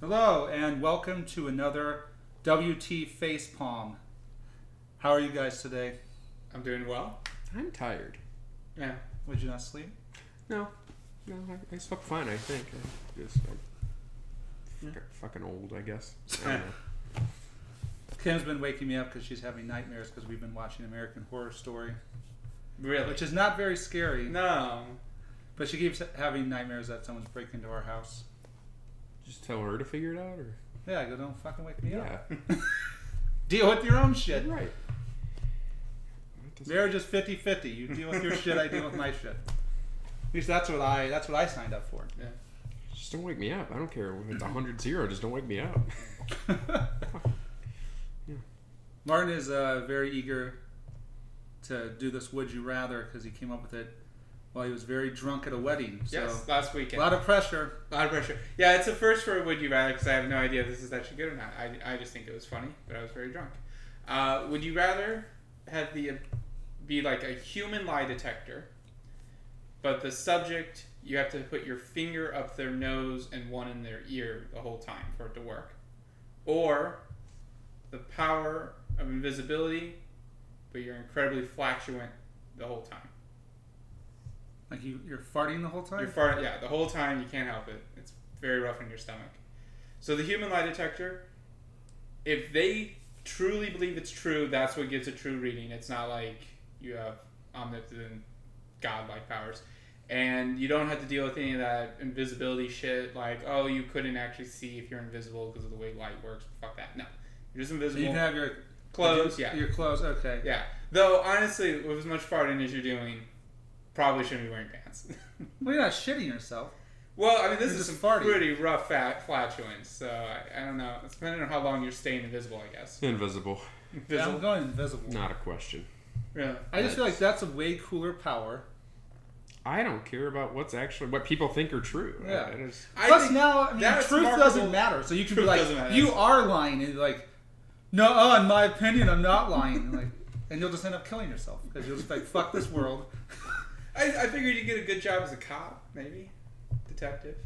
Hello, and welcome to another WT Facepalm. How are you guys today? I'm doing well. I'm tired. Yeah. Would you not sleep? No, no, I, I slept fine. I think. I just I'm fuck- fucking old, I guess. I don't know. Kim's been waking me up because she's having nightmares because we've been watching American Horror Story, Really? which is not very scary, No. but she keeps having nightmares that someone's breaking into our house. Just tell her to figure it out, or Yeah, I go, don't fucking wake me up. Deal with your own shit. right. Marriage is 50 50. You deal with your shit, I deal with my shit. At least that's what I that's what I signed up for. Yeah. Just don't wake me up. I don't care if it's a hundred zero. Just don't wake me up. Martin is uh, very eager to do this Would You Rather because he came up with it while he was very drunk at a wedding. So, yes. Last a weekend. lot of pressure. A lot of pressure. Yeah, it's a first for Would You Rather because I have no idea if this is actually good or not. I, I just think it was funny, but I was very drunk. Uh, would you rather have the be like a human lie detector, but the subject you have to put your finger up their nose and one in their ear the whole time for it to work, or the power of invisibility, but you're incredibly flatulent the whole time. Like you, you're farting the whole You're time? far, yeah, the whole time you can't help it. It's very rough on your stomach. So the human lie detector, if they truly believe it's true, that's what gives a true reading. It's not like you have omnipotent godlike powers. And you don't have to deal with any of that invisibility shit, like, oh, you couldn't actually see if you're invisible because of the way light works. Fuck that. No. You're just So you invisible. can have your Clothes, your- yeah. Your clothes, okay. Yeah. Though, honestly, with as much farting as you're doing, probably shouldn't be wearing pants. Well, you're not shitting yourself. Well, I mean, this You're is just some farting. pretty rough fat flatulence, so I, I don't know. It's depending on how long you're staying invisible, I guess. Invisible. Yeah, I'm Invisible. going invisible. Not a question. Really. I just feel like that's a way cooler power. I don't care about what's actually what people think are true. I- Yeah. I just- I Plus, think now, I mean, that's truth marketable- doesn't matter. So you can be Truth like, doesn't matter. you are lying. And you're like, no, uh, in my opinion, I'm not lying. like, and you'll just end up killing yourself because you'll just be like, fuck this world. I, I figured you'd get a good job as a cop, maybe. Detective.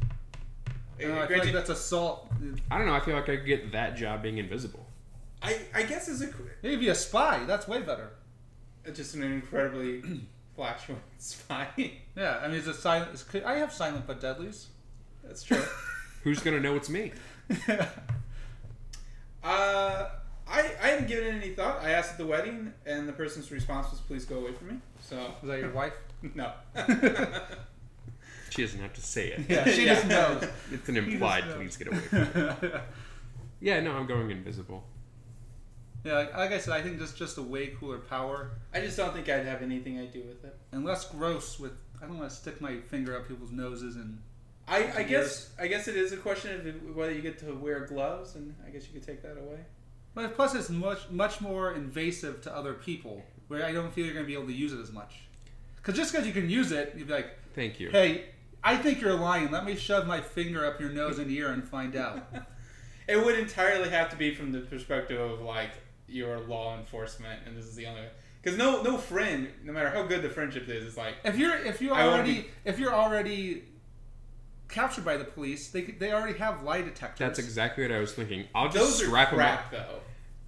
Eh, And I feel like Granted, that's assault. I don't know. I feel like I could get that job being invisible. I, I guess as a, Maybe a spy. That's way better. just an incredibly flatulent spy. Yeah, I mean, it's a silent. It's, I have silent but deadlies. That's true. Who's gonna know it's me? Uh, I, I hadn't given it any thought. I asked at the wedding, and the person's response was, please go away from me. So, Was that your wife? no. She doesn't have to say it. Yeah, she Yeah. just knows. It's an implied. knows. Please get away. From it. yeah, Yeah, no, I'm going invisible. like, like I said, I think that's just a way cooler power I just don't think I'd have anything I'd do with it. and less gross. With I don't want to stick my finger up people's noses and I, I Years. guess I guess it is a question of if- whether you get to wear gloves, and I guess you could take that away. But plus, it's much much more invasive to other people, where I don't feel you're going to be able to use it as much. Because just because you can use it, you'd be like, Thank you. "Hey, I think you're lying. Let me shove my finger up your nose and ear and find out." It would entirely have to be from the perspective of like your law enforcement, and this is the only way. Because no no friend, no matter how good the friendship is, is like If you're if you I won't already if you're already captured by the police, they could- they already have lie detectors. That's exactly what I was thinking. I'll just those are strap them up. crap though.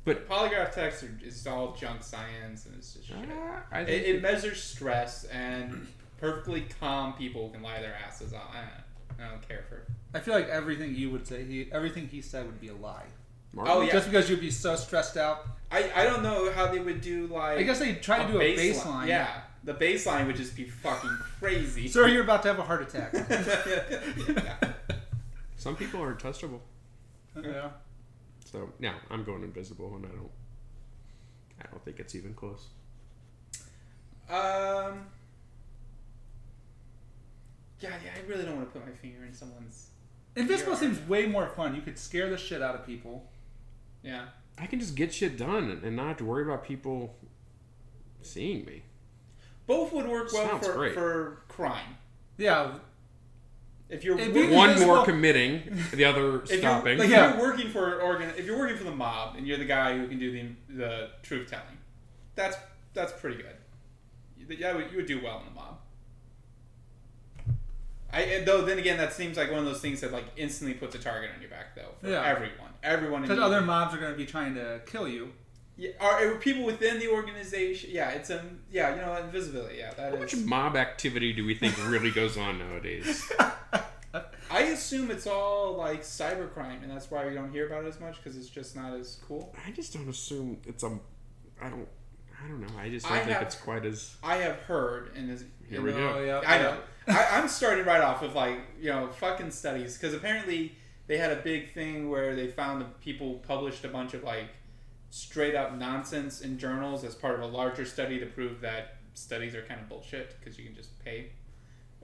But- polygraph tests are is all junk science, and it's just shit. Ah, I think It, it measures stress, and perfectly calm people can lie their asses off. I don't, I don't care for. I feel like everything you would say, he everything he said would be a lie. Martin- Oh, yeah. Just because you'd be so stressed out. I, I don't know how they would do like. I guess they try to do a baseline. Yeah, the baseline would just be fucking crazy. Sir, you're about to have a heart attack. Yeah. Some people are touchable. yeah. So now I'm going invisible, and I don't. I don't think it's even close. Um. Yeah, yeah, I really don't want to put my finger in someone's. Invisible Yeah. seems way more fun. You could scare the shit out of people. Yeah. I can just get shit done and- and not have to worry about people seeing me. Both would work well Sounds for, great. for crime. Yeah, If you're It'd wor- be- One Invisible- more committing, the other if you're, stopping. like, Yeah. if you're working for an organ, if you're working for the mob and you're the guy who can do the the truth telling, that's that's pretty good. You- Yeah, you would do well in the mob. I and though then again that seems like one of those things that like instantly puts a target on your back though for Yeah. everyone. Everyone Because the- other mobs are going to be trying to kill you. yeah, are, are people within the organization. Yeah, it's um yeah, you know, invisibility. Yeah, that How much is. mob activity do we think really goes on nowadays? I assume it's all like cybercrime and that's why we don't hear about it as much cuz it's just not as cool. I just don't assume it's a. I don't. I don't know. I just don't I think have- it's quite as. I have heard and uh, is Here we go. Oh, yeah, I yeah. know. I, I'm starting right off with like you know fucking studies because apparently they had a big thing where they found that people published a bunch of like straight up nonsense in journals as part of a larger study to prove that studies are kind of bullshit because you can just pay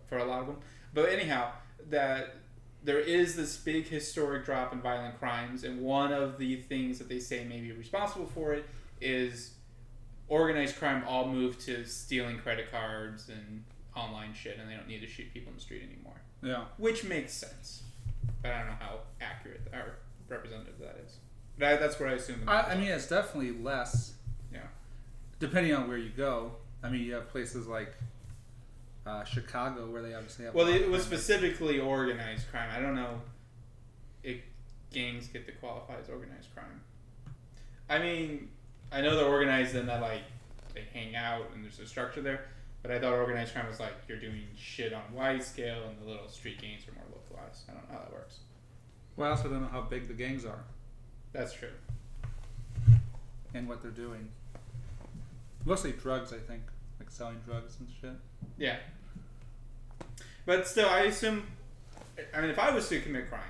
for a lot of them. But anyhow, that there is this big historic drop in violent crimes, and one of the things that they say may be responsible for it is organized crime all moved to stealing credit cards and online shit, and they don't need to shoot people in the street anymore, Yeah. which makes sense. But I don't know how accurate or representative that is. But I, that's what I assume. I, I mean, it's definitely less. Yeah. Depending on where you go, I mean, you have places like uh, Chicago where they obviously have. well, a lot it of was crime. specifically organized crime. I don't know if gangs get to qualify as organized crime. I mean, I know they're organized in that like they hang out and there's a structure there, but I thought organized crime was like you're doing shit on wide scale and the little street gangs are more localized. I don't know how that works. Well, I also don't know how big the gangs are That's true. and what they're doing. Mostly drugs, I think, like selling drugs and shit. Yeah. But still, I assume. I mean, if I was to commit crime,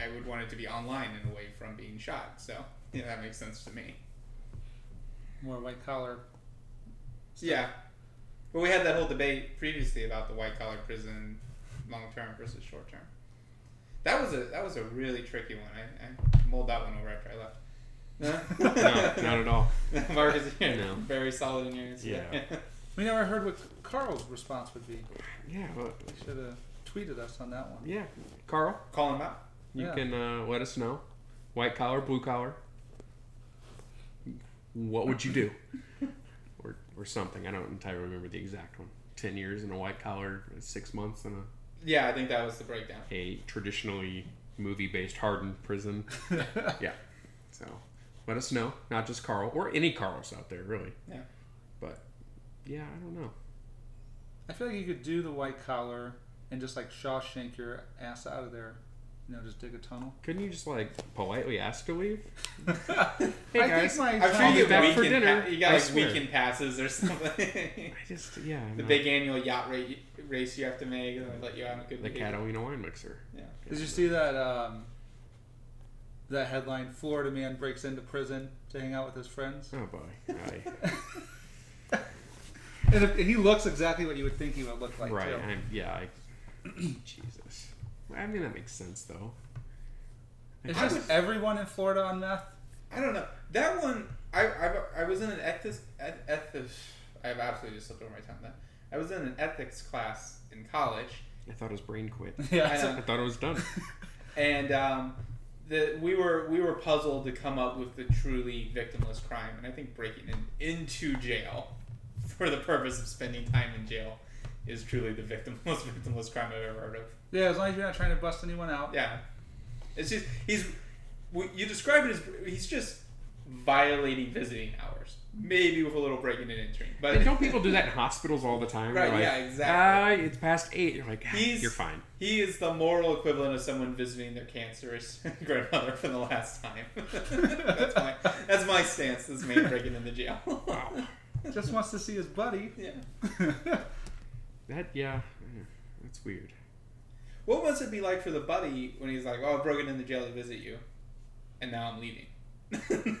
I would want it to be online and away from being shot. So yeah, that makes sense to me. More white collar. Yeah. But we had that whole debate previously about the white collar prison, long term versus short term. That was a that was a really tricky one. I, I mulled that one over after I left. No, not at all. Mark is here. No. Very solid in your answer. Yeah. We never heard what Carl's response would be. Yeah. Well, He should have tweeted us on that one. yeah. Carl, Call him out. you Yeah. can uh, let us know. White collar, blue collar. What would you do? or or something. I don't entirely remember the exact one. Ten years in a white collar, six months in a, Yeah, I think that was the breakdown. a traditionally movie based hardened prison. Yeah. So let us know. Not just Carl or any Carlos out there, really. Yeah. But yeah, I don't know. I feel like you could do the white collar and just like Shawshank your ass out of there. You know, just dig a tunnel. Couldn't you just like politely ask to leave? I guys, think my I'm sure time- you be back got for weekend dinner, pa- you got I like swear. weekend passes or something. I just yeah. the no. big annual yacht ra- race you have to make, and they let you out on good the behavior. Catalina wine mixer. Yeah. Did you see that um, that headline? Florida man breaks into prison to hang out with his friends, Hmm. Oh boy. Aye. and, if, and he looks exactly what you would think he would look like. right. Too. I'm, yeah. I, Jesus. Well, I mean that makes sense though. Is I just would- everyone in Florida on meth? I don't know that one. I I, I was in an ethics eth- ethics. I have absolutely just slipped over my tongue. Then I was in an ethics class in college, I thought his brain quit. Yeah. I I thought it was done. and um, the we were we were puzzled to come up with the truly victimless crime, and I think breaking in, into jail for the purpose of spending time in jail is truly the victim most victimless crime I've ever heard of. Yeah, as long as you're not trying to bust anyone out. Yeah, it's just he's. w- You describe it as he's just violating visiting hours, maybe with a little breaking and entering. But Like, don't people do that in hospitals all the time? They're Right, like, yeah, exactly. "Ah, it's past eight. You're like, "Ah, He's- you're fine. He is the moral equivalent of someone visiting their cancerous grandmother for the last time. that's my that's my stance. This man breaking into jail. Wow. Just wants to see his buddy. yeah. That yeah, yeah, that's weird. What must it be like for the buddy when he's like, "Oh, I've broken into jail to visit you, and now I'm leaving."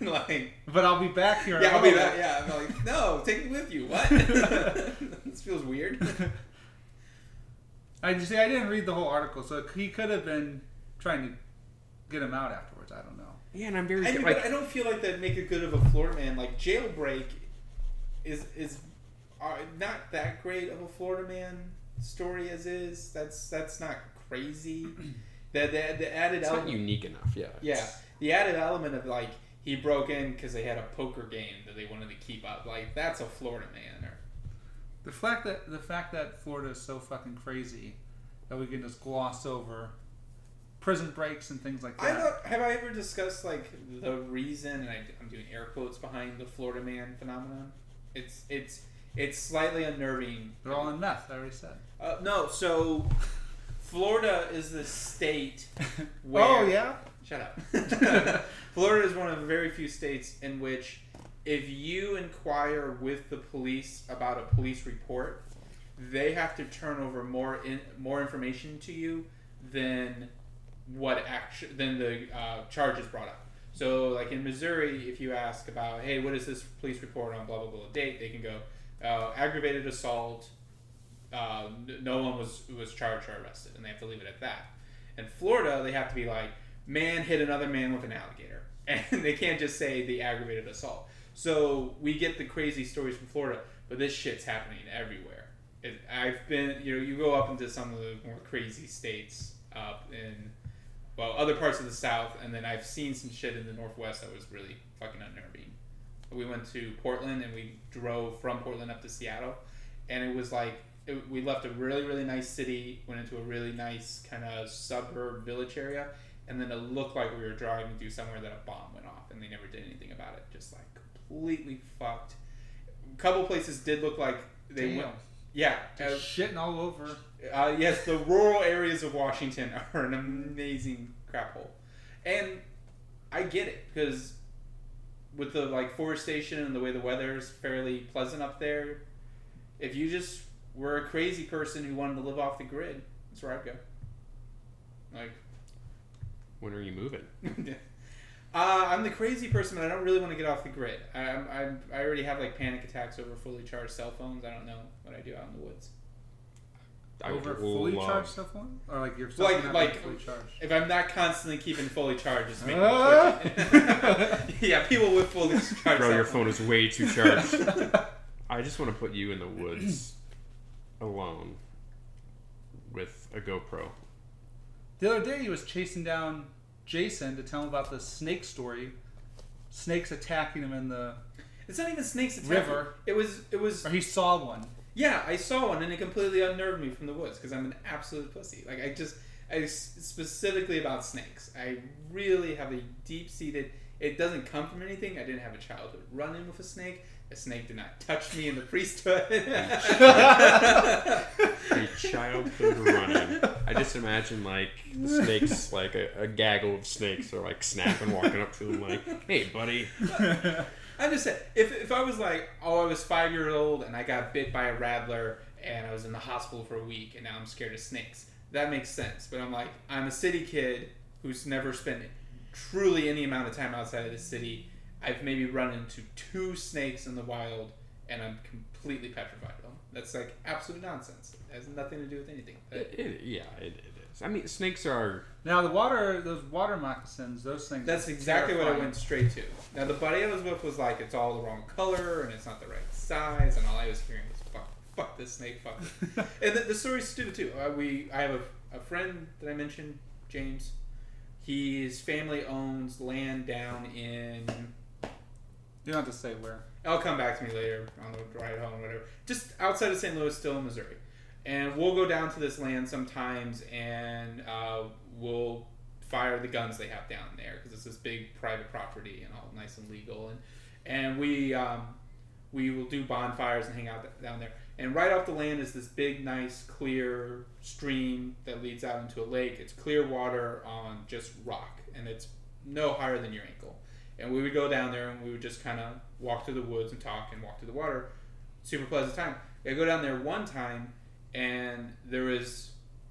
like, but I'll be back here. in yeah, a I'll "Oh." be little back. bit. Yeah, I'm like, no, take me with you. What? this feels weird. I just see. I didn't read the whole article, so he could have been trying to get him out afterwards. I don't know. Yeah, and I'm very I mean, like but I don't feel like that'd make a good of a Florida man. Like jailbreak is is uh, not that great of a Florida man story as is. That's that's not crazy. the, the, the added it's not element, unique enough. Yeah. yeah, It's- the added element of like he broke in because they had a poker game that they wanted to keep up. Like that's a Florida man. Or, The fact that the fact that Florida is so fucking crazy that we can just gloss over prison breaks and things like I that. don't, have I ever discussed like the reason, and I, I'm doing air quotes behind the Florida man phenomenon. It's it's it's slightly unnerving. They're all in meth. I already said. Uh, no, so Florida is the state where. Oh yeah. Shut up. Florida is one of the very few states in which, if you inquire with the police about a police report, they have to turn over more in, more information to you than what action than the uh, charges brought up. So, like in Missouri, if you ask about, hey, what is this police report on blah blah blah date, they can go uh, aggravated assault. Uh, n- no one was was charged or arrested, and they have to leave it at that. In Florida, they have to be like, man hit another man with an alligator, and they can't just say the aggravated assault. So we get the crazy stories from Florida, but this shit's happening everywhere. It, I've been, you know, you go up into some of the more crazy states up in, well, other parts of the South, and then I've seen some shit in the Northwest that was really fucking unnerving. We went to Portland and we drove from Portland up to Seattle, and it was like it, we left a really really nice city, went into a really nice kind of suburb village area, and then it looked like we were driving through somewhere that a bomb went off, and they never did anything about it. Just like completely fucked. A couple places did look like they Damn. went. Yeah, uh, Just shitting all over. uh, yes, the rural areas of Washington are an amazing crap hole, and I get it because with the like forestation and the way the weather is fairly pleasant up there, if you just were a crazy person who wanted to live off the grid, that's where I'd go. Like, When are you moving? uh, I'm the crazy person, but I don't really want to get off the grid. I, I'm, I'm, I already have like panic attacks over fully charged cell phones. I don't know what I do out in the woods. I over would fully love- charged cell phone, or like your cell Like- phone not like- being fully charged. If I'm not constantly keeping fully charged, it's making Ah. me twitchy. yeah, people with fully charged. Bro, cell your phones. phone is way too charged. I just want to put you in the woods alone with a GoPro. The other day, he was chasing down Jason to tell him about the snake story. Snakes attacking him in the, It's not even snakes. It's River. It was. It was. or he saw one. Yeah, I saw one, and it completely unnerved me from the woods because I'm an absolute pussy. Like I just, I s- specifically about snakes. I really have a deep seated. It doesn't come from anything. I didn't have a childhood run in with a snake. A snake did not touch me in the priesthood. A childhood running. I just imagine like the snakes, like a, a gaggle of snakes, are like snapping, walking up to them, like, "Hey, buddy." I just said if, if I was like oh I was five years old and I got bit by a rattler and I was in the hospital for a week and now I'm scared of snakes that makes sense but I'm like I'm a city kid who's never spent truly any amount of time outside of the city I've maybe run into two snakes in the wild and I'm completely petrified of them that's like absolute nonsense it has nothing to do with anything It, it, yeah, it, it is. I mean, snakes are. Now the water, those water moccasins, those things. That's are exactly what I terrifying. went straight to. Now the buddy I was with was like, it's all the wrong color and it's not the right size, and all I was hearing was fuck, fuck this snake, fuck. this." and the, the story's stupid too. Uh, we, I have a, a friend that I mentioned, James. His family owns land down in You don't have to say where. I'll come back to me later on the ride home, whatever. Just outside of St. Louis, still in Missouri, and we'll go down to this land sometimes, and uh, we'll fire the guns they have down there because it's this big private property and all nice and legal, and and we um, we will do bonfires and hang out th- down there. And right off the land is this big, nice, clear stream that leads out into a lake. It's clear water on just rock, and it's no higher than your ankle. And we would go down there and we would just kind of walk through the woods and talk and walk through the water. Super pleasant time. I go down there one time and there was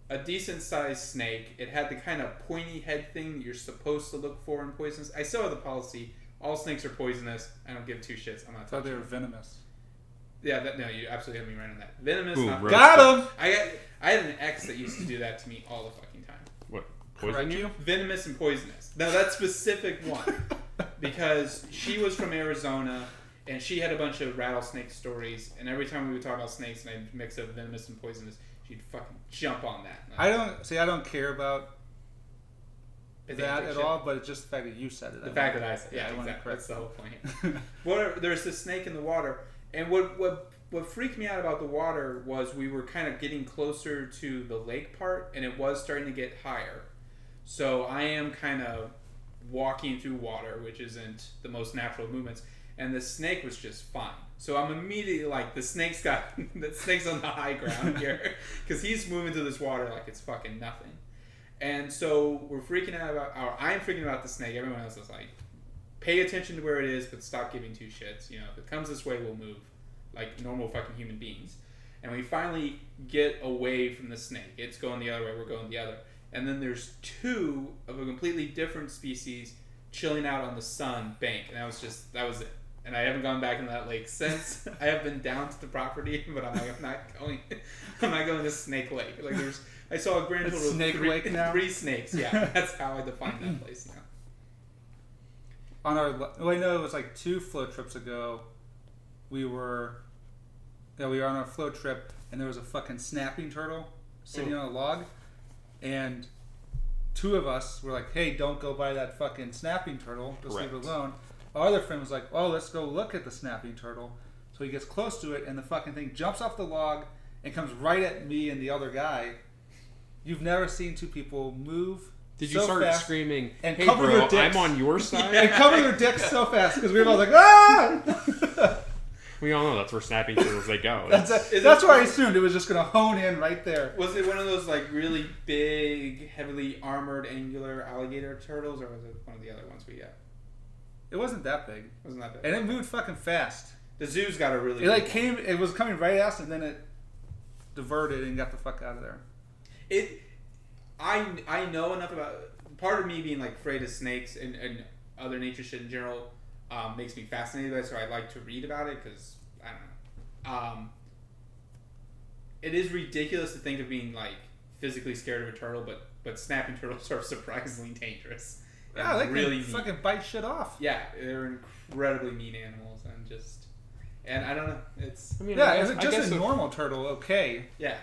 a decent sized snake. It had the kind of pointy head thing that you're supposed to look for in poisonous. I still have the policy all snakes are poisonous. I don't give two shits. I'm not I thought touching they were them. venomous. Yeah, that, no, you absolutely have me right on that. Venomous. Boom, not- right. Got him. I got, I had an ex that used to do that to me all the fucking time. What? Correct Poison you? Venomous and poisonous. Now that specific one, because she was from Arizona and she had a bunch of rattlesnake stories. And every time we would talk about snakes and I'd mix up venomous and poisonous, she'd fucking jump on that. I don't see. I don't care about It's that antique at shit. all, but it's just the fact that you said it. The fact that I said, Yeah, yeah, I wanna exactly. correct That's the whole point. that. Whatever, there's this snake in the water, and what what what freaked me out about the water was we were kind of getting closer to the lake part, and it was starting to get higher. So I am kind of walking through water, which isn't the most natural movements. And the snake was just fine. So I'm immediately like, the snake's got the snake's on the high ground here because he's moving through this water like it's fucking nothing. And so we're freaking out about, or I'm freaking out about the snake. Everyone else is like, pay attention to where it is, but stop giving two shits. You know, if it comes this way, we'll move like normal fucking human beings. And we finally get away from the snake. It's going the other way, we're going the other. And then there's two of a completely different species chilling out on the sun bank. And that was just, that was it. And I haven't gone back into that lake since. I have been down to the property, but I'm like, I'm not going, I'm not going to Snake Lake. Like there's, I saw a grand It's total of Snake three, Lake now? three snakes. Yeah, that's how I define that place now. on our la- well, I know it was like two float trips ago. We were yeah, we were on a float trip and there was a fucking snapping turtle sitting on a log, and two of us were like, "Hey, don't go by that fucking snapping turtle. Just leave Correct. it alone." Our other friend was like, "Oh, let's go look at the snapping turtle." So he gets close to it, and the fucking thing jumps off the log and comes right at me and the other guy. You've never seen two people move. Did you so start fast screaming, and hey cover bro, your dicks." I'm on your side? and cover their dicks so fast because we were all like, ah! We all know that's where snapping turtles they go. that's It's- it. that's why I assumed it was just gonna hone in right there. Was it one of those like really big, heavily armored, angular alligator turtles, or was it one of the other ones we got? It wasn't that big, Wasn't that big? and it moved fucking fast. The zoo's got a really. It like big one. came, it was coming right at us, and then it diverted and got the fuck out of there. it. I I know enough about part of me being like afraid of snakes and, and other nature shit in general um, makes me fascinated by it, so I like to read about it because I don't know. Um, it is ridiculous to think of being like physically scared of a turtle, but but snapping turtles are surprisingly dangerous. and Yeah, they can really mean. fucking bite shit off. Yeah, they're incredibly mean animals and just and I don't know. It's I mean, Yeah, I guess, is it I, just guess a if, normal turtle? Okay, yeah.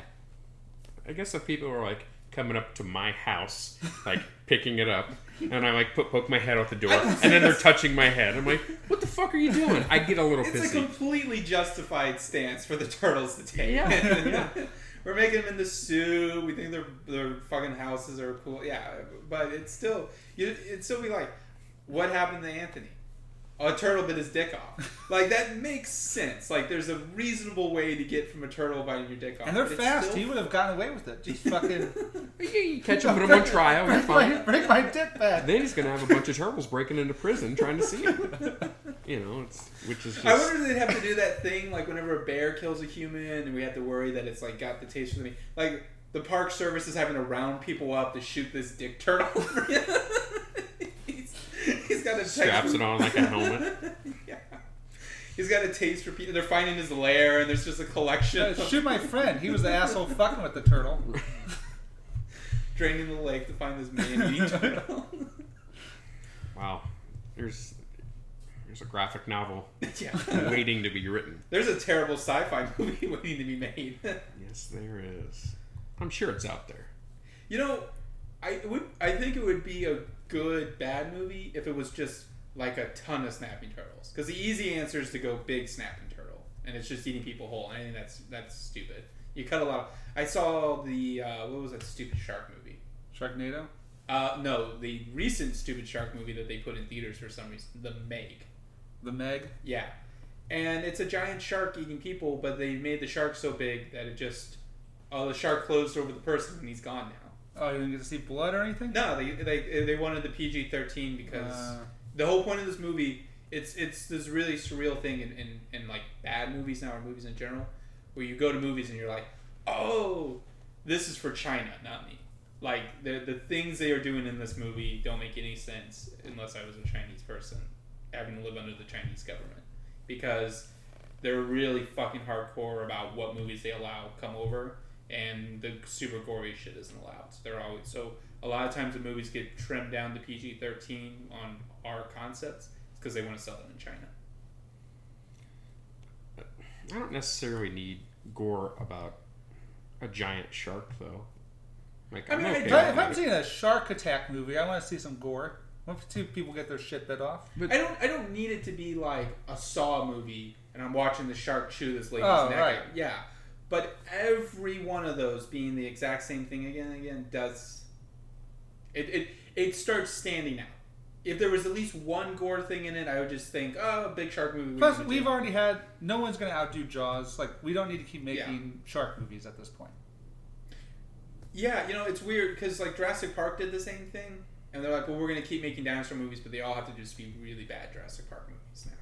I guess if people were like coming up to my house, like picking it up, and I like put, poke my head out the door, I don't and think then they're that's- touching my head, I'm like, what the fuck are you doing? I get a little It's a pissy. completely justified stance for the turtles to take. Yeah, yeah. We're making them in the zoo. We think their their fucking houses are cool. Yeah, but it's still you it'd still be like what happened to Anthony? A turtle bit his dick off. Like that makes sense. Like there's a reasonable way to get from a turtle biting your dick off. and they're but it's fast. still- He would have gotten away with it. Just fucking You- you catch them, put them on trial, you're Break my, fine. break my dick back. Then he's gonna have a bunch of turtles breaking into prison trying to see him. You know, it's which is just I wonder if they'd have to do that thing like whenever a bear kills a human and we have to worry that it's like got the taste for the meat. Like the park service is having to round people up to shoot this dick turtle. he's, he's got a taste Straps for- it on like a helmet. yeah. He's got a taste for people. They're finding his lair and there's just a collection Uh, of Shoot my friend. He was the asshole fucking with the turtle. draining the lake to find this man meat turtle. wow. There's there's a graphic novel yeah. waiting to be written. There's a terrible sci-fi movie waiting to be made. Yes, there is. I'm sure it's out there. You know, I it would. I think it would be a good bad movie if it was just like a ton of snapping turtles. Because the easy answer is to go big snapping turtle, and it's just eating people whole. And I think that's that's stupid. You cut a lot. Of, I saw the uh, what was that stupid shark movie? Sharknado. Uh, no, the recent stupid shark movie that they put in theaters for some reason, The Meg. The Meg. Yeah. And it's a giant shark eating people, but they made the shark so big that it just oh the shark closed over the person and he's gone now. Oh, you didn't get to see blood or anything? No, they they, they wanted the PG thirteen because Uh, the whole point of this movie it's it's this really surreal thing in, in, in like bad movies now or movies in general where you go to movies and you're like, oh, this is for China, not me. Like the the things they are doing in this movie don't make any sense unless I was a Chinese person having to live under the Chinese government because they're really fucking hardcore about what movies they allow come over and the super gory shit isn't allowed. So they're always so a lot of times the movies get trimmed down to PG thirteen on our concepts because they want to sell them in China. I don't necessarily need gore about a giant shark though. Like I I'm mean, I okay if, with I, am it. seeing a shark attack movie, I want to see some gore. I want to see people get their shit bit off. I don't I don't need it to be like a Saw movie and I'm watching the shark chew this lady's Oh, neck right. out. Yeah. But every one of those being the exact same thing again and again does it it, it starts standing out. If there was at least one gore thing in it, I would just think, oh, big shark movie. we Plus, can do." we've already had. No one's going to outdo Jaws. Like, we don't need to keep making shark movies at this point. Yeah, you know, it's weird because like Jurassic Park did the same thing, and they're like, well, we're gonna keep making dinosaur movies, but they all have to just be really bad Jurassic Park movies now.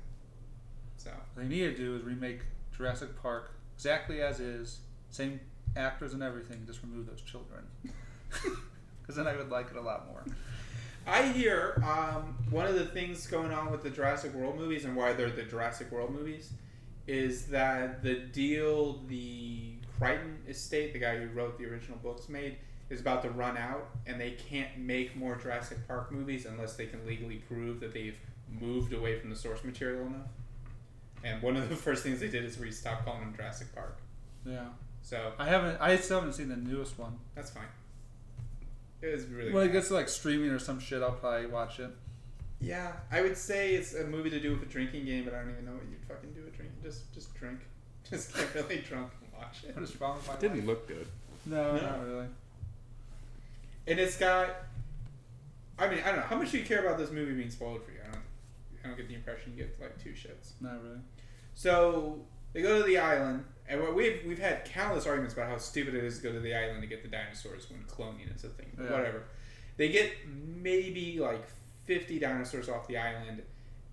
So What they need to do is remake Jurassic Park exactly as is, same actors and everything. Just remove those children, because then I would like it a lot more. I hear um, one of the things going on with the Jurassic World movies and why they're the Jurassic World movies is that the deal the Crichton estate, the guy who wrote the original books, made is about to run out, and they can't make more Jurassic Park movies unless they can legally prove that they've moved away from the source material enough. And one of the first things they did is we stopped calling them Jurassic Park. Yeah, So I haven't. I still haven't seen the newest one. that's fine. It was really When it bad. gets to like streaming or some shit, I'll probably watch it. Yeah, I would say it's a movie to do with a drinking game, but I don't even know what you'd fucking do with drinking. Just, just drink. Just get really drunk and watch it. What is wrong with my It didn't life? look good. No, No. not really. And it's got. I mean, I don't know how much do you care about this movie being spoiled for you. I don't. I don't get the impression you get like two shits. Not really. So they go to the island, and what we've we've had countless arguments about how stupid it is to go to the island to get the dinosaurs when cloning is a thing. But Yeah. Whatever. They get maybe like fifty dinosaurs off the island,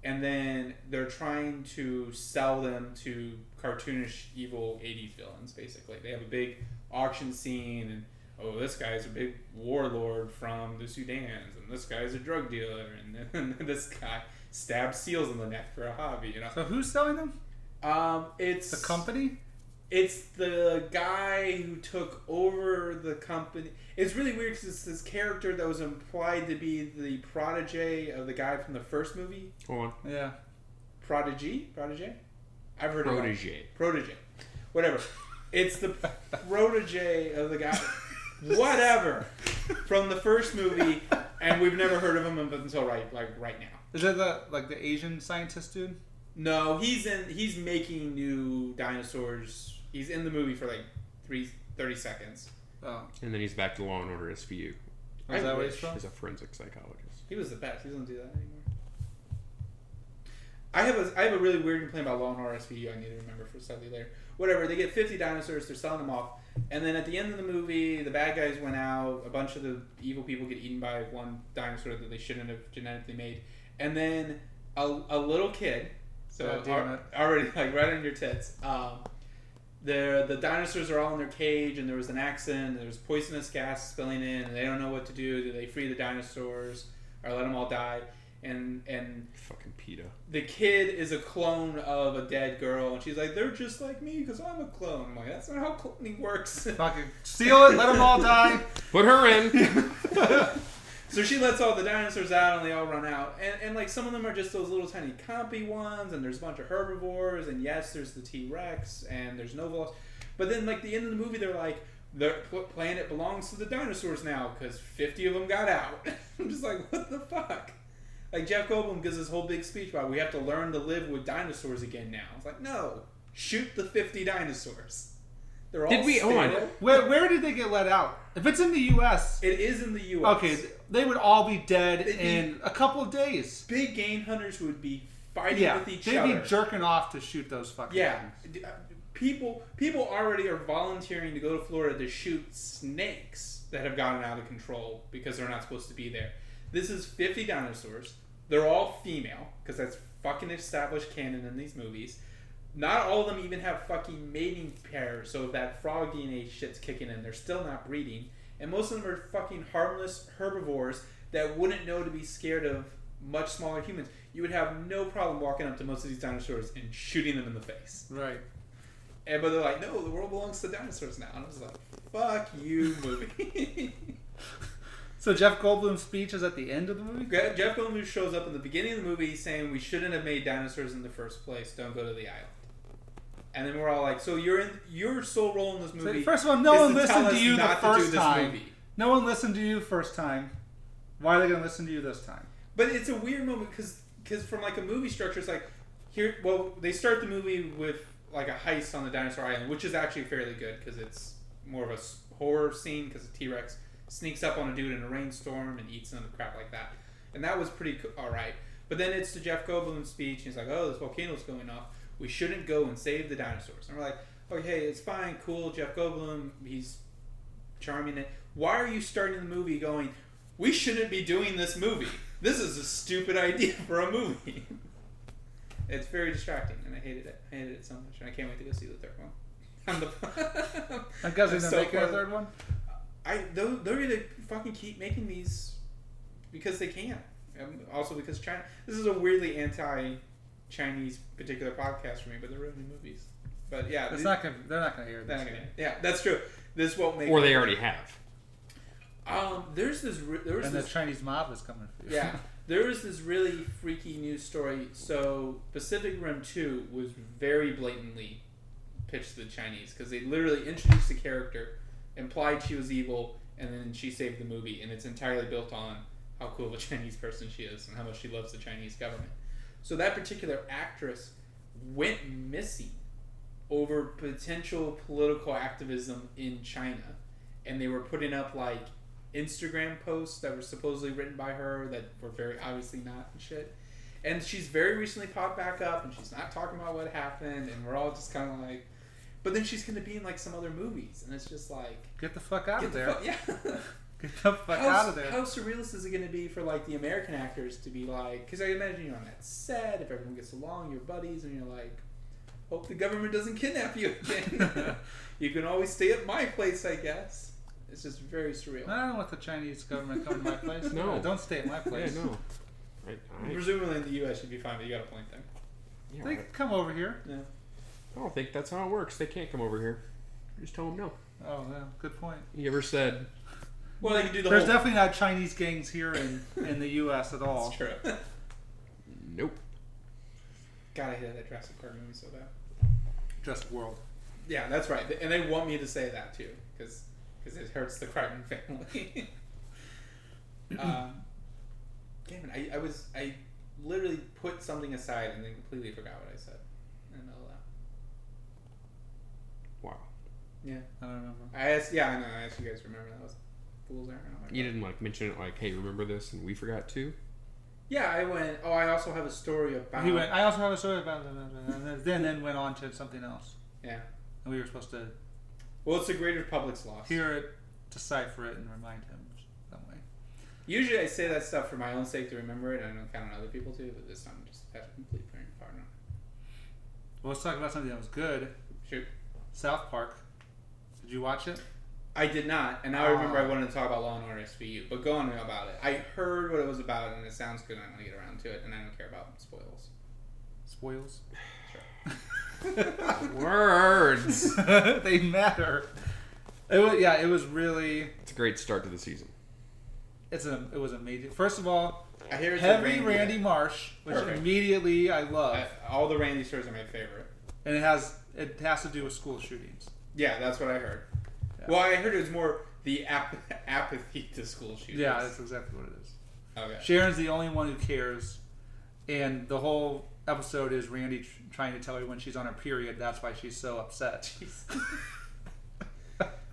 and then they're trying to sell them to cartoonish evil '80s villains. Basically, they have a big auction scene and. Oh, this guy's a big warlord from the Sudans, and this guy's a drug dealer, and then this guy stabs seals in the neck for a hobby. You know, So who's selling them? um, it's The company? It's the guy who took over the company. It's really weird because it's this character that was implied to be the protege of the guy from the first movie, Hold on. Yeah. prodigy, protege. I've heard of him. Protege. protege, whatever. It's the protege of the guy, whatever, from the first movie, and we've never heard of him until right like right now. Is that the like the Asian scientist dude? No, he's in. He's making new dinosaurs. He's in the movie for like three, 30 seconds. Oh, And then he's back to Law and Order SVU. I is that what wish. he's from? He's a forensic psychologist. He was the best. He doesn't do that anymore. I have a I have a really weird complaint about Law and Order SVU. I need to remember for slightly later. Whatever. They get fifty dinosaurs. They're selling them off, and then at the end of the movie, the bad guys went out. A bunch of the evil people get eaten by one dinosaur that they shouldn't have genetically made, and then a, a little kid. So God damn al- it. already like right on your tits. Um, the the dinosaurs are all in their cage, and there was an accident. And there was poisonous gas spilling in, and they don't know what to do. Do they free the dinosaurs or let them all die? And and Fucking PETA. the kid is a clone of a dead girl, and she's like, "They're just like me because I'm a clone." I'm like, "That's not how cloning works." Fucking steal it. Let them all die. Put her in. so she lets all the dinosaurs out, and they all run out. And and like some of them are just those little tiny compy ones, and there's a bunch of herbivores, and yes, there's the T Rex, and there's Novolos. But then like the end of the movie, they're like. The pl- planet belongs to the dinosaurs now because 50 of them got out. I'm just like, what the fuck? Like Jeff Goldblum gives this whole big speech about we have to learn to live with dinosaurs again now. It's like, no, shoot the 50 dinosaurs. They're all Did we- oh hold on. sterile. Where where did they get let out? If it's in the U.S., It is in the U.S. Okay, th- they would all be dead They'd be- in a couple of days. big game hunters would be fighting Yeah, with each they'd other. be jerking off to shoot those fucking. yeah, things. D- uh, people people already are volunteering to go to Florida to shoot snakes that have gotten out of control because they're not supposed to be there. This is fifty dinosaurs. They're all female because that's fucking established canon in these movies. Not all of them even have fucking mating pairs, so if that frog DNA shit's kicking in, they're still not breeding. And most of them are fucking harmless herbivores that wouldn't know to be scared of much smaller humans. You would have no problem walking up to most of these dinosaurs and shooting them in the face. right. And but they're like, no, the world belongs to dinosaurs now. And I was like, fuck you, movie. So Jeff Goldblum's speech is at the end of the movie. Jeff Jeff Goldblum shows up in the beginning of the movie saying we shouldn't have made dinosaurs in the first place. Don't go to the island. And then we're all like, so you're in your sole role in this So movie. first of all, no is one to tell listened to us you the not do first this time. movie. No one listened to you first time. Why are they gonna listen to you this time? But it's a weird moment because from like a movie structure, it's like here. Well, they start the movie with like a heist on the dinosaur island, which is actually fairly good because it's more of a s- horror scene because a T Rex sneaks up on a dude in a rainstorm and eats him and crap like that. And that was pretty co- all right. But then it's the Jeff Goldblum speech. And he's like, "Oh, this volcano's going off. We shouldn't go and save the dinosaurs." And we're like, "Okay, it's fine, cool. Jeff Goldblum, he's charming. It. Why are you starting the movie going? We shouldn't be doing this movie. This is a stupid idea for a movie." It's very distracting, and I hated it. I hated it so much, and I can't wait to go see the third one. I'm the. I guess they're I'm gonna so make it a far- third one. I they're, they're gonna fucking keep making these because they can. Um, also because China. This is a weirdly anti-Chinese particular podcast for me, but they're ruining movies. But yeah, It's the- not gonna. They're not gonna hear they're this. not gonna- yeah, that's true. This won't make. Or they already have. Um, there's this. Re- there was and this the Chinese mob is coming for you. yeah, there was this really freaky news story. So Pacific Rim Two was very blatantly pitched to the Chinese because they literally introduced the character, implied she was evil, and then she saved the movie. And it's entirely built on how cool of a Chinese person she is and how much she loves the Chinese government. So that particular actress went missing over potential political activism in China, and they were putting up like Instagram posts that were supposedly written by her that were very obviously not and shit. And she's very recently popped back up and she's not talking about what happened and we're all just kind of like but then she's going to be in like some other movies and it's just like Get the fuck out get of the there. fuck- yeah. Get the fuck how, out of there. How surrealist is it going to be for like the American actors to be like? Because I imagine you're on that set, if everyone gets along, you're buddies, and you're like, hope the government doesn't kidnap you again. you can always stay at my place, I guess. It's just very surreal. I don't want the Chinese government coming to my place. Uh, No. Don't stay at my Yeah, place. no. Right, I, Presumably in the U.S. you'd be fine, but you got a plane thing. yeah, They I- can come over here. I don't think that's how it works. They can't come over here. Just tell them no. Oh, yeah, good point. You ever said Well, you can do the There's whole. definitely not Chinese gangs here in, in the U.S. at all. That's true. nope? God, I hated that Jurassic Park movie so bad. Just world. Yeah, that's right, and they want me to say that too, because it hurts the Crichton family. um, damn it! I, I was I literally put something aside and then completely forgot what I said, and all that. Wow. I don't remember. I asked, yeah, I know. I asked you guys to remember that was fools errand. Oh my You God. didn't like mention it like, hey, remember this? And we forgot too. Yeah, I went. Oh, I also have a story about. He went. I also have a story about and then then went on to something else. Yeah. And we were supposed to well, it's the greater public's loss. hear it, decipher it, and remind him some way. Usually, I say that stuff for my own sake to remember it, and I don't count on other people to. But this time, I just have a complete brain fart on it. Well, let's talk about something that was good. Shoot. South Park. Did you watch it? I did not, and now I remember Ah. I wanted to talk about Law and Order SVU. But go on about it. I heard what it was about, and it sounds good. and I want to get around to it, and I don't care about spoils. Spoils. Words. they matter. It was, yeah, it was really. it's a great start to the season. It's a, it was amazing. First of all, I hear it's a heavy Randy. Randy Marsh, which Perfect. immediately I love, I- all the Randy stories are my favorite. and it has it has to do with school shootings. Yeah, that's what I heard. Yeah. Well, I heard it was more the ap- apathy to school shootings. Yeah, that's exactly what it is. Okay. Sharon's the only one who cares, and the whole episode is Randy tr- trying to tell her when she's on her period. That's why she's so upset.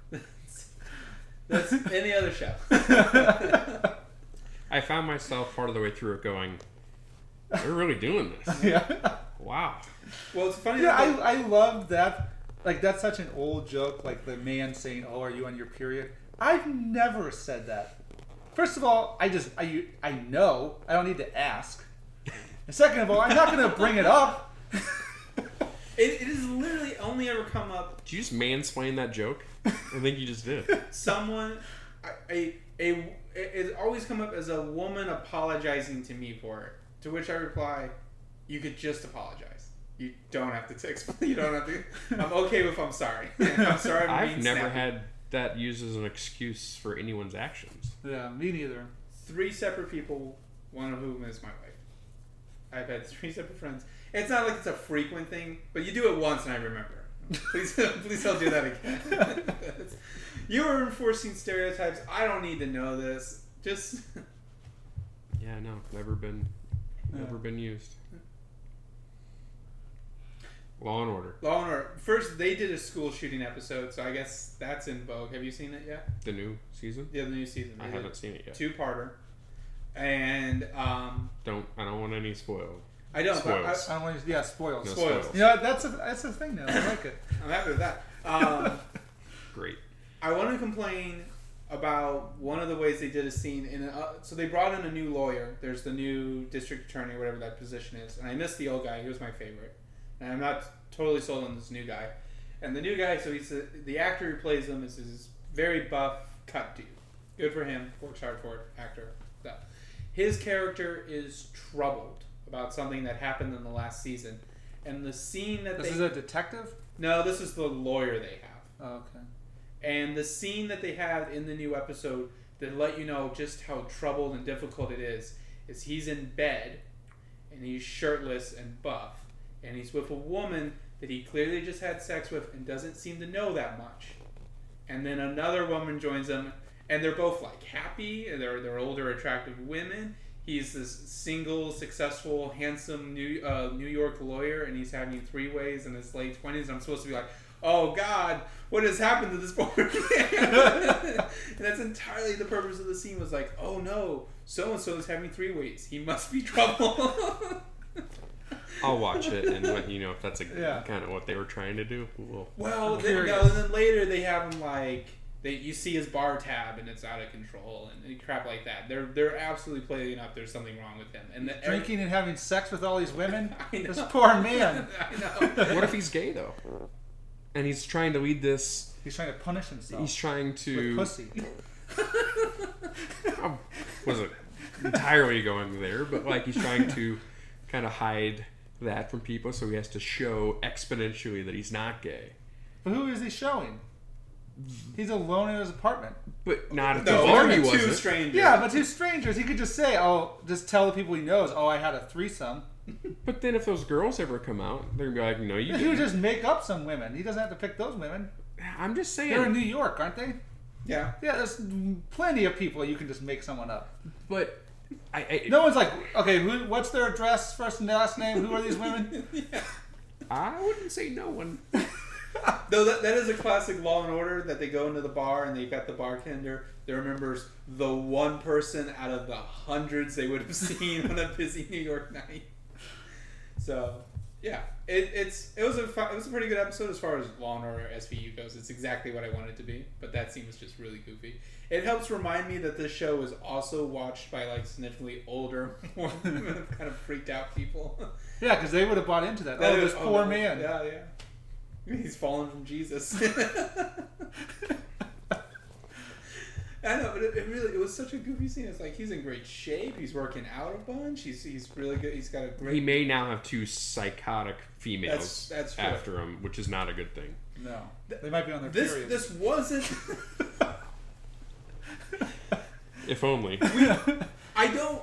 that's any other show. I found myself part of the way through it going, they're really doing this. yeah. Wow. well, it's funny. Yeah, that the- I, I love that. Like, that's such an old joke, like the man saying, Oh, are you on your period? I've never said that. First of all, I just, I, I know. I don't need to ask. And second of all, I'm not going to bring it up. it, it has literally only ever come up Did you just mansplain that joke? I think you just did. someone a a, a it always come up as a woman apologizing to me for it to which i reply you could just apologize you don't have to text you don't have to i'm okay with i'm sorry i'm sorry I'm I've being never snappy. had that used as an excuse for anyone's actions. Yeah, me neither. three separate people one of whom is my wife i've had three separate friends it's not like it's a frequent thing but you do it once and i remember please please don't do that again you are enforcing stereotypes i don't need to know this just Yeah, no, never been, never been used. Law and Order, Law and Order. First, they did a school shooting episode, so I guess that's in vogue. Have you seen it yet? the new season. The other new season. I haven't seen it yet. Two parter, and um, Don't I don't want any spoil. I don't. but I, Spoils. I don't want to. Yeah, spoils. No Spoils. spoils. You know that's a that's a thing now. I like it. I'm happy with that. Um, Great. I want to complain about one of the ways they did a scene in. Uh, so they brought in a new lawyer. There's the new district attorney, whatever that position is. And I miss the old guy. He was my favorite. And I'm not totally sold on this new guy. And the new guy, so he's the, the actor who plays him is this very buff cut dude. Good for him. Works hard for it. Actor. Stuff. His character is troubled about something that happened in the last season. And the scene that This they is a detective. no, this is the lawyer they have. Oh, okay. And the scene that they have in the new episode that let you know just how troubled and difficult it is is he's in bed and he's shirtless and buff and he's with a woman that he clearly just had sex with and doesn't seem to know that much. And then another woman joins them and they're both like happy and they're, they're older attractive women. He's this single, successful, handsome New uh, New York lawyer, and he's having three ways in his late twenties. I'm supposed to be like, "Oh God, what has happened to this poor man?" and that's entirely the purpose of the scene. Was like, "Oh no, so and so is having three ways. He must be trouble." I'll watch it and let you know if that's a Yeah. kind of what they were trying to do. We'll, Well, I'm then, no, curious. and then later they have him like they you see his bar tab and it's out of control and, and crap like that. They're they're absolutely playing up. There's something wrong with him. And the, Drinking and having sex with all these women. I know. This poor man. I know. what if he's gay though? And he's trying to lead this. He's trying to punish himself He's trying with to. pussy. I wasn't entirely going there, but like he's trying to kind of hide that from people, so he has to show exponentially that he's not gay, But who is he showing? He's alone in his apartment. but not at the No, bar they're he the two wasn't. strangers. Yeah, but two strangers. He could just say, "Oh, just tell the people he knows." Oh, I had a threesome. but then if those girls ever come out, they're gonna be like, "No, you." He would Didn't. just make up some women. He doesn't have to pick those women. I'm just They're in saying. New York, aren't they? yeah. Yeah, there's plenty of people you can just make someone up. But I, I, No one's like, okay, who, what's their address, first and last name? Who are these women? yeah. I wouldn't say no one. Though that, that is a classic Law and Order that they go into the bar and they've got the bartender that remembers the one person out of the hundreds they would have seen on a busy New York night. So, yeah, it, it's it was a fu- it was a pretty good episode as far as Law and Order SVU goes. It's exactly what I wanted it to be, but that scene was just really goofy. It helps remind me that this show is also watched by like significantly older, more kind of freaked out people. Yeah, because they would have bought into that. That oh, is- this poor no. man. Yeah, yeah. He's fallen from Jesus. I know, but it, it really it was such a goofy scene. It's like he's in great shape. He's working out a bunch. He's he's really good. He's got a great. He may now have two psychotic females That's- that's true. after him, which is not a good thing. No, they might be on their this period. this wasn't. If only. I don't.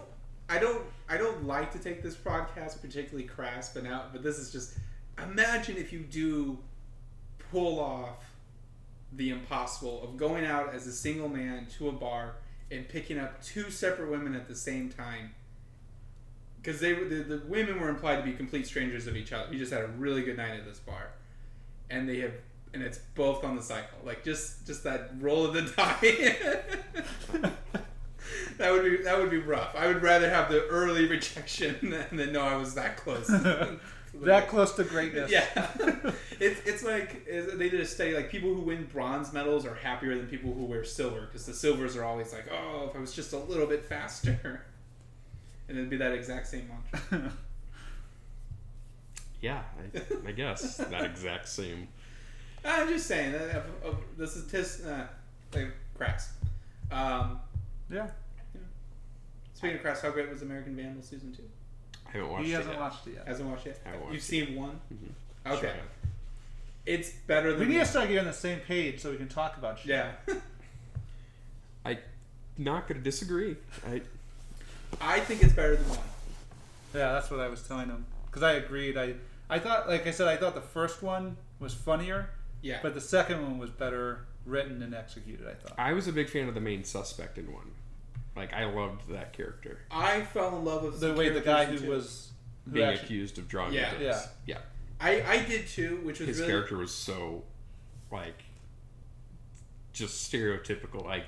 I don't. I don't like to take this podcast particularly crass, but now, but this is just. Imagine if you do pull off the impossible of going out as a single man to a bar and picking up two separate women at the same time. Because they were- the, the women were implied to be complete strangers of each other. You just had a really good night at this bar, and they have and it's both on the cycle. Like just just that roll of the die. that would be that would be rough. I would rather have the early rejection than, than know I was that close. to the- that close to greatness. yeah, it's it's like is- they did a study like people who win bronze medals are happier than people who wear silver because the silvers are always like, oh, if I was just a little bit faster, and it'd be that exact same mantra. Yeah, I, I guess that exact same. I'm just saying that uh, uh, this is tis uh, like crass. Um, yeah. speaking of crass, how great was American Vandal season two? I haven't watched He it. hasn't yet. watched it yet. Hasn't watched it. Haven't watched You've seen one. Mhm. Okay, Sure. it's better than We need to one. start getting on the same page so we can talk about shit. Yeah. Not gonna disagree. I, I think it's better than one. Yeah, that's what I was telling him because I agreed. I I thought, like I said, I thought the first one was funnier, Yeah. but the second one was better written and executed. I thought. I was a big fan of the main suspect in one. Like I loved that character I fell in love with The some way the guy characters in who two. was who being actually- accused of drawing Yeah. the dicks. Yeah. I, I did too, which was His really character was so, like, just stereotypical. Like,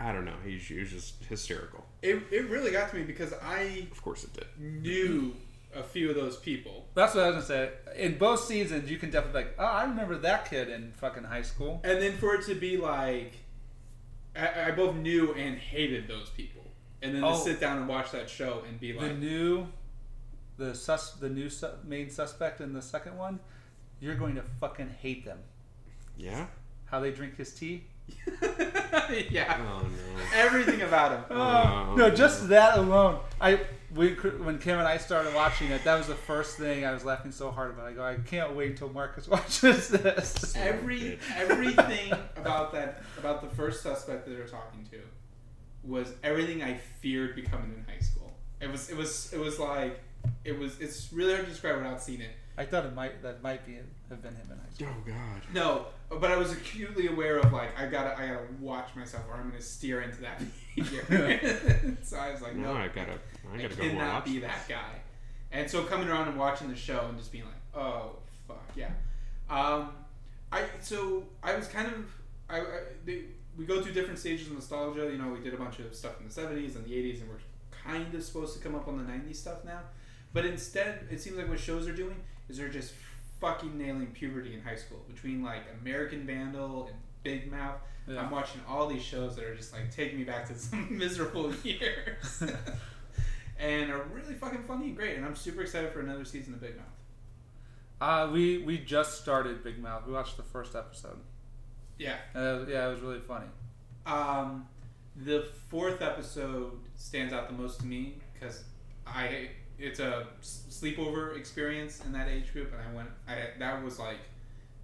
I don't know. He, he was just hysterical. it, it really got to me because I Of course it did. knew a few of those people. That's what I was gonna say. In both seasons, you can definitely be like, oh, I remember that kid in fucking high school. And then for it to be like I, I both knew and hated those people. And then Oh. to sit down and watch that show and be The like new, the sus, the new su- main suspect in the second one, you're going to fucking hate them. Yeah? How they drink his tea. Yeah. Oh, no. Everything about him. Oh, no, no. just that alone. I we cr- when Kim and I started watching it, that was the first thing I was laughing so hard about. I go, I can't wait until Marcus watches this. Son of a Every bitch. everything about that about the first suspect that they're talking to was everything I feared becoming in high school. It was it was it was like it was it's really hard to describe without seeing it. I thought it might that might be have been him in high school. Oh, God. No, but I was acutely aware of like I gotta I gotta watch myself or I'm gonna steer into that behavior. so I was like, No, no, I gotta, I I gotta go cannot watch. be that guy. And so coming around and watching the show and just being like, oh fuck yeah. Um, I so I was kind of I, I they, we go through different stages of nostalgia. You know, we did a bunch of stuff in the '70s and the '80s, and we're kind of supposed to come up on the '90s stuff now. But instead, it seems like what shows are doing is they're just fucking nailing puberty in high school between like American Vandal and Big Mouth. Yeah. I'm watching all these shows that are just like taking me back to some miserable years, and are really fucking funny and great. And I'm super excited for another season of Big Mouth. Uh, we we just started Big Mouth. We watched the first episode. Yeah. Uh, yeah, it was really funny. Um, the fourth episode stands out the most to me because I it's a s- sleepover experience in that age group, and I went. I that was like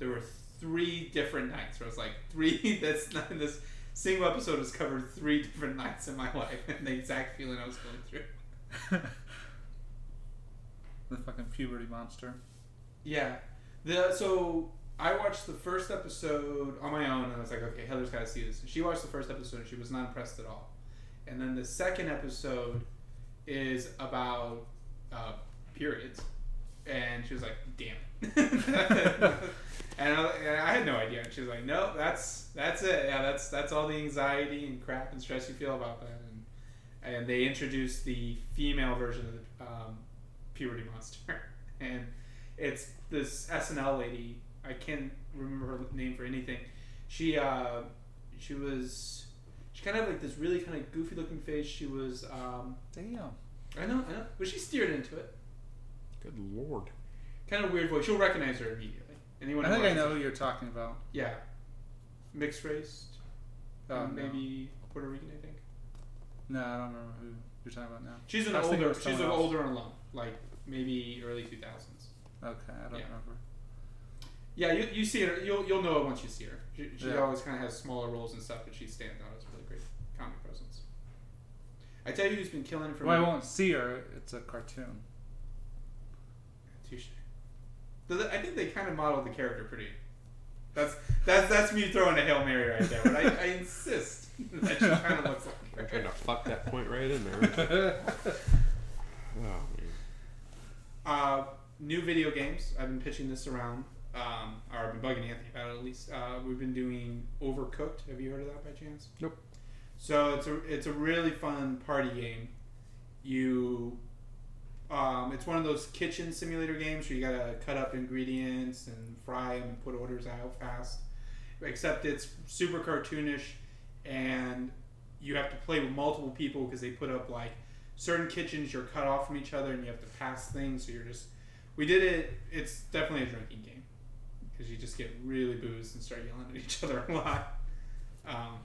there were three different nights where it's like three. That's not this single episode has covered three different nights in my life and the exact feeling I was going through. the fucking puberty monster. Yeah. The so I watched the first episode on my own and I was like, okay, Heather's gotta see this. And she watched the first episode and she was not impressed at all. And then the second episode is about uh, periods. And she was like, damn it. and, I, and I had no idea. And she was like, no, that's that's it. Yeah, that's that's all the anxiety and crap and stress you feel about that. And, and they introduced the female version of the um, puberty monster. and it's this SNL lady. I can't remember her name for anything. She uh, she was she kind of had, like this really kind of goofy looking face. She was um, Damn. I know I know, but she steered into it. Good lord. Kind of weird voice. You'll recognize her immediately. Anyone? I think who I know watches who it. you're talking about. Yeah, mixed race. Oh, um, no. maybe Puerto Rican. I think No, I don't remember who you're talking about now. she's an I was thinking older. of She's an someone else. older alum, like maybe early two thousands. Okay, I don't Yeah. remember. Yeah, you, you see her. You'll, you'll know it once you see her. She, she Yeah. always kind of has smaller roles and stuff, but she stands out as a really great comic presence. I tell you, who's been killing it for Well, I me? won't see her. It's a cartoon. Touche. Though th- I think they kind of modeled the character pretty. That's that's that's me throwing a hail mary right there. But I, I insist that she kind of looks I'm like trying her. to fuck that point right in there. aren't I? That's Oh, man. Uh, new video games. I've been pitching this around. Um, or I've been bugging Anthony about it at least. Uh, we've been doing Overcooked. Have you heard of that by chance? Nope. So it's a it's a really fun party game. You, um, it's one of those kitchen simulator games where you gotta cut up ingredients and fry them and put orders out fast. Except it's super cartoonish, and you have to play with multiple people because they put up like certain kitchens you're cut off from each other and you have to pass things so you're just we did it it's definitely a drinking game because you just get really boozed and start yelling at each other a lot um,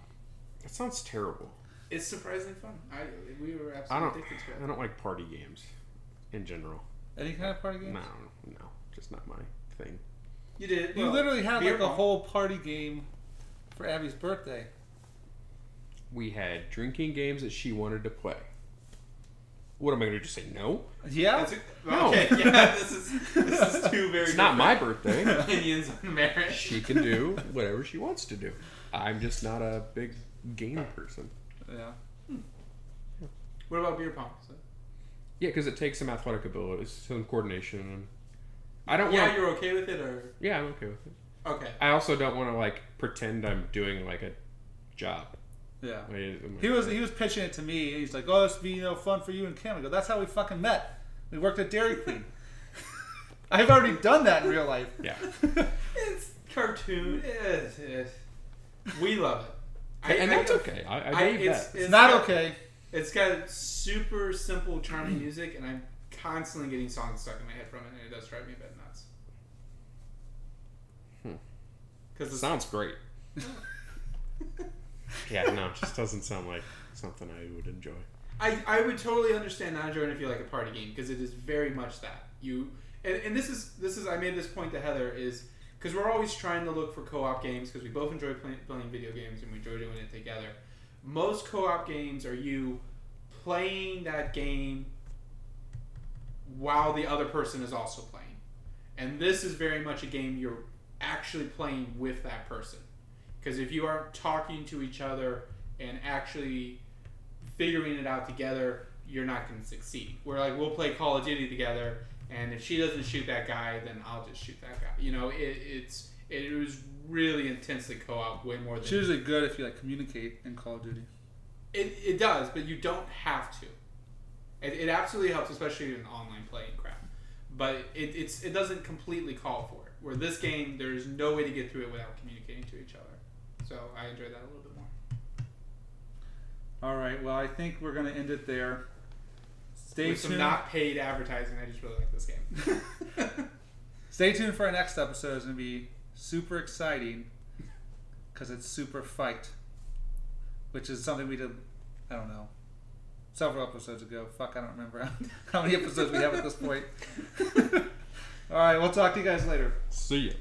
That sounds terrible. it's surprisingly fun I we were I don't. absolutely addicted to I it don't like party games, in general. Any kind of Mm. party game? No, no, just not my thing. you did You well, literally had beer like a pong. whole party game for Abby's birthday. We had drinking games that she wanted to play. What am I going to just say? No, Yeah. that's a, No. okay yeah this is this is two very it's not my different birthday. opinions on marriage she can do whatever she wants to do. I'm just not a big game person. yeah. what about beer pong so, Yeah, because it takes some athletic ability, some coordination, and I don't yeah, want. you're okay with it, or Yeah, I'm okay with it. okay? I also don't want to like pretend I'm doing like a job. Yeah. Like, I'm like- uh, He was he was pitching it to me, and he's like, "Oh, this would be you know fun for you and Kim." I go, "That's how we fucking met. We worked at Dairy Queen. I've already done that in real life." Yeah. It's cartoon. Yes, yes. We love it. and that's okay. I, I gave it's, that. it's not got- okay. It's got super simple, charming music, and I'm constantly getting songs stuck in my head from it, and it does drive me a bit nuts. Hmm. Because it's sounds great. yeah, no, it just doesn't sound like something I would enjoy. I, I would totally understand not enjoying it if you like a party game because it is very much that you and, and this is this is I made this point to Heather is because we're always trying to look for co-op games because we both enjoy play, playing video games and we enjoy doing it together. Most co-op games are you playing that game while the other person is also playing, and this is very much a game you're actually playing with that person because if you aren't talking to each other and actually figuring it out together, you're not going to succeed. We're like, we'll play Call of Duty together, and if she doesn't shoot that guy, then I'll just shoot that guy. You know, it, it's it was really intensely co-op, way more than It's usually good if you like communicate in Call of Duty. it, it does, but you don't have to. It, it absolutely helps, especially in online playing crap. But it, it's it doesn't completely call for it. Where this game, there's no way to get through it without communicating to each other. So I enjoy that a little bit more. All right. Well, I think we're gonna end it there. Stay With some tuned. not paid advertising, I just really like this game. Stay tuned for our next episode. It's gonna be super exciting because it's super fight, which is something we did. I don't know. Several episodes ago. Fuck, I don't remember how many episodes we have at this point. All right, we'll talk to you guys later. See ya.